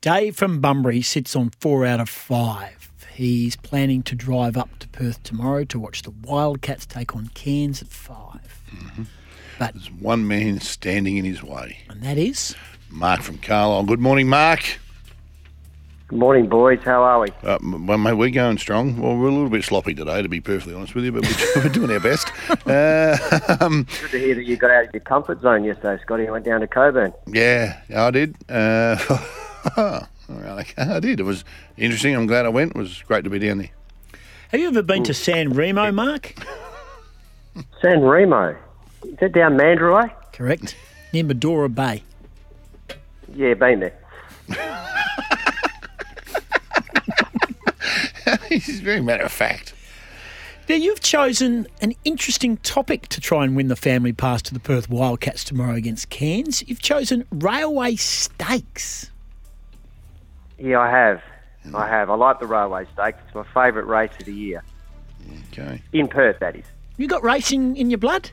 Dave from Bunbury sits on four out of five. He's planning to drive up to Perth tomorrow to watch the Wildcats take on Cairns at 5 But There's one man standing in his way. and that is Mark from Carlisle. Good morning, Mark. Good morning, boys. How are we? Uh, m- well, mate, we're going strong. Well, we're a little bit sloppy today, to be perfectly honest with you, but we're, we're doing our best. Uh, um, Good to hear that you got out of your comfort zone yesterday, Scotty. You went down to Coburn. yeah, I did. Uh, all right, okay, I did. It was interesting. I'm glad I went. It was great to be down there. Have you ever been to San Remo, Mark? San Remo. Is that down Mandurah? way? Correct. Near Medora Bay. Yeah, been there. He's very matter of fact. Now, you've chosen an interesting topic to try and win the family pass to the Perth Wildcats tomorrow against Cairns. You've chosen railway stakes. Yeah, I have. I have. I like the railway stakes. It's my favourite race of the year. Okay. In Perth, that is. You got racing in your blood?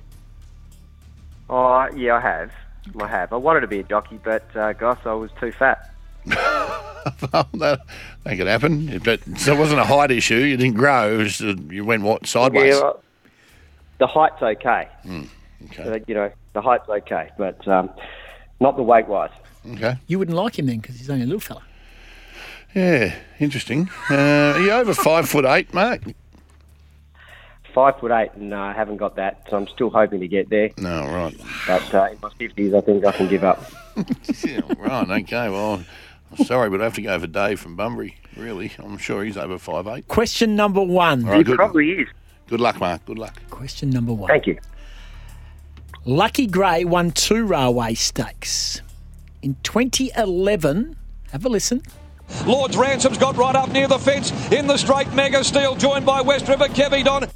Oh, yeah, I have. I have. I wanted to be a jockey, but uh, gosh, I was too fat. Well, that, that could happen. But so it wasn't a height issue. You didn't grow. It was, uh, you went what sideways. Yeah, well, the height's okay. okay. Uh, you know, the height's okay, but um, not the weight wise. Okay. You wouldn't like him then because he's only a little fella. Yeah. Interesting. Uh, are you over five foot eight, Mark? Five foot eight, and uh, I haven't got that, so I'm still hoping to get there. No, right. But uh, in my fifties, I think I can give up. Yeah, right, okay. Well, I'm sorry, but I have to go for Dave from Bunbury, really. I'm sure he's over five eight. Question number one. All right, It good, probably is. good luck, Mark. Good luck. Question number one. Thank you. Lucky Grey won two railway stakes. In 2011, have a listen. Lords Ransom's got right up near the fence in the straight. Mega Steel joined by West River Kevidon.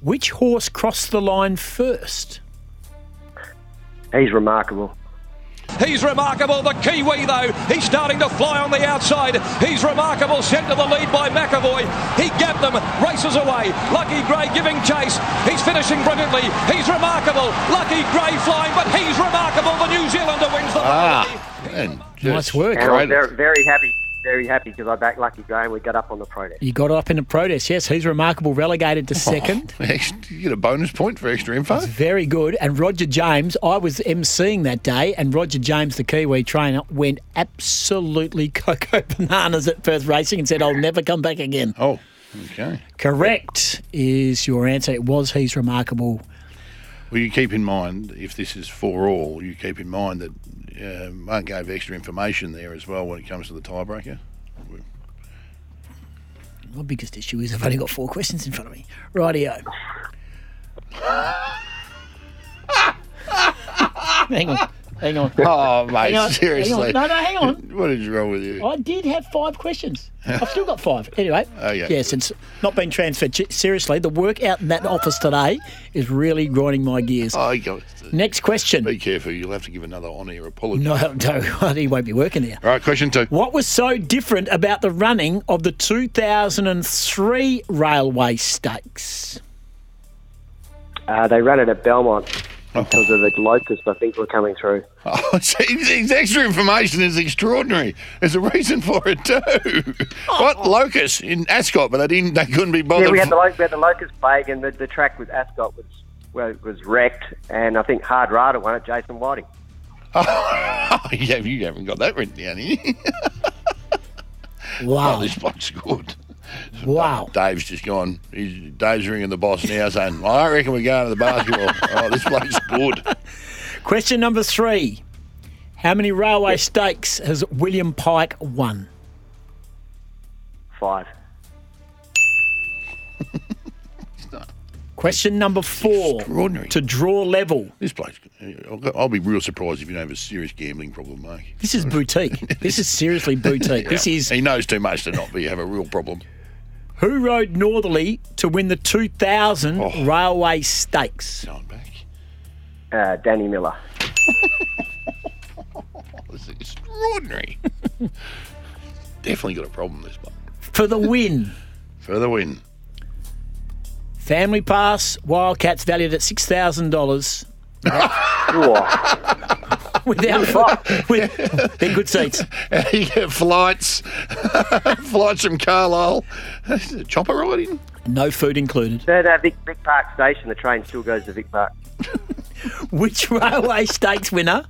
Which horse crossed the line first? He's remarkable. He's remarkable. The Kiwi though, he's starting to fly on the outside. He's remarkable. Sent to the lead by McAvoy. He gapped them. Races away. Lucky Gray giving chase. He's finishing brilliantly. He's remarkable. Lucky Gray flying, but he's remarkable. The New Zealander wins the. Ah, man, Nice just work. And great. I'm very, very happy, very happy because I backed Lucky Graham. We got up on the protest. You got up in a protest. Yes, he's remarkable, relegated to second. You get a bonus point for extra info. Very good. And Roger James, I was emceeing that day, and Roger James, the Kiwi trainer, went absolutely cocoa bananas at Perth Racing and said, I'll never come back again. Oh, okay. Correct is your answer. It was he's remarkable. Well, you keep in mind, if this is for all, you keep in mind that uh, Mark gave extra information there as well when it comes to the tiebreaker. My biggest issue is I've only got four questions in front of me. Rightio. hang on. Hang on. Oh, mate, Hang on, seriously. hang on. No, no, hang on. What is wrong with you? I did have five questions. I've still got five. Anyway, Okay. yes, it's not been transferred. Ge- Seriously, the work out in that office today is really grinding my gears. I go. Next question. Be careful. You'll have to give another on-air apology. No, no, he won't be working here. All right, question two. What was so different about the running of the 2003 Railway Stakes? Uh, they ran it at Belmont because of the locusts. I think were coming through. Oh, geez, his extra information is extraordinary. There's a reason for it too. What locus in Ascot? But they didn't. They couldn't be bothered. Yeah, we had the f- lo- we had the locust plague, and the, the track with Ascot was well, it was wrecked. And I think Hard Rider won it. Jason Whiting. Oh, yeah, you haven't got that written down here. Oh, Wow. this bloke's good. Wow. Dave's just gone. He's, Dave's ringing the boss now, saying, "I reckon we're going to the basketball." oh, this bloke's good. Question number three. How many railway stakes has William Pike won? Five. Question number four. Extraordinary. To draw level. This place, I'll go- I'll be real surprised if you don't have a serious gambling problem, mate. This is boutique. this is seriously boutique. This is He knows too much to not be have a real problem. who rode northerly to win the 2000 Oh. Railway Stakes. Going back. Uh, Danny Miller. This is extraordinary. Definitely got a problem this one. For the win. Further win. Family Pass Wildcats valued at six thousand dollars Oh, without with, they're good seats. you get flights, flights from Carlisle. Is it a chopper riding? No food included. no, no, Vic, Vic Park Station. The train still goes to Vic Park. Which railway stakes winner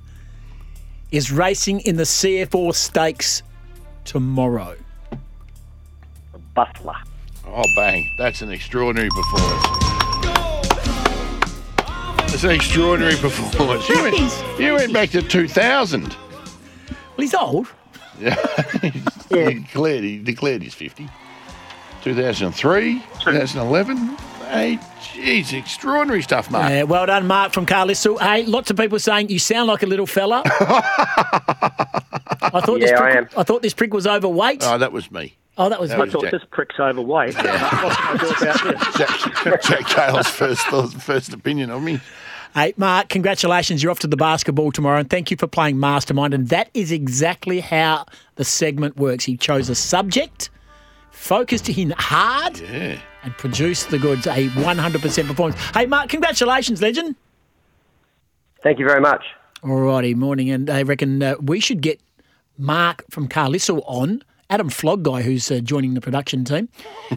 is racing in the CF4 stakes tomorrow? Butler. Oh, bang. That's an extraordinary performance. It's an extraordinary performance. You went, you went back to 2000. Well, he's old. He declared, he declared his 50. 2003, 2011. Hey, geez, extraordinary stuff, Mark. Uh, well done, Mark from Carlisle. Hey, lots of people saying you sound like a little fella. I thought this Yeah, I prick, am. I thought this prick was overweight. Oh, that was me. oh, Uh, that was that was thought Jack. this prick's overweight. what can I do about this? Jack, Jack Cale's first, thought- first opinion of me. Hey, Mark, congratulations. You're off to the basketball tomorrow, and thank you for playing Mastermind. And that is exactly how the segment works. He chose a subject, focused in hard, Yeah. and produced the goods. A 100% performance. Hey, Mark, congratulations, legend. Thank you very much. Alrighty, morning. And I reckon uh, we should get Mark from Carlisle on. Adam Flog guy who's uh, joining the production team.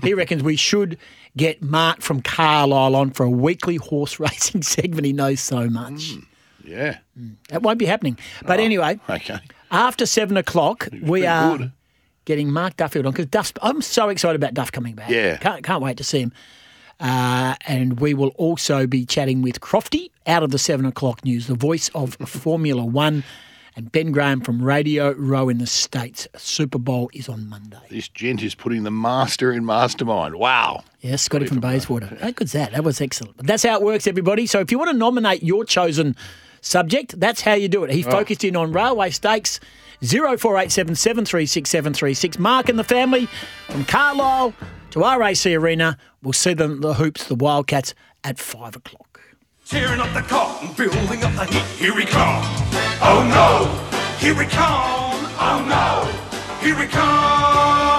He reckons we should get Mark from Carlisle on for a weekly horse racing segment. He knows so much. Yeah. That won't be happening. But anyway, Okay. after seven o'clock, we pretty are good. getting Mark Duffield on because Duff. I'm so excited about Duff coming back. Yeah. can't can't wait to see him. Uh, and we will also be chatting with Crofty out of the seven o'clock news, the voice of Formula One, and Ben Graham from Radio Row in the States. Super Bowl is on Monday. This gent is putting the master in mastermind. Wow. Yeah, Scotty from Bayswater. How good's that? That was excellent. But that's how it works, everybody. So if you want to nominate your chosen subject, that's how you do it. He focused in on railway stakes. 0487 736 736. Mark and the family from Carlisle to RAC Arena. We'll see them the hoops, the Wildcats, at five o'clock. Tearing up the cotton, building up the heat. Here we come. Oh no, here we come. Oh no, here we come.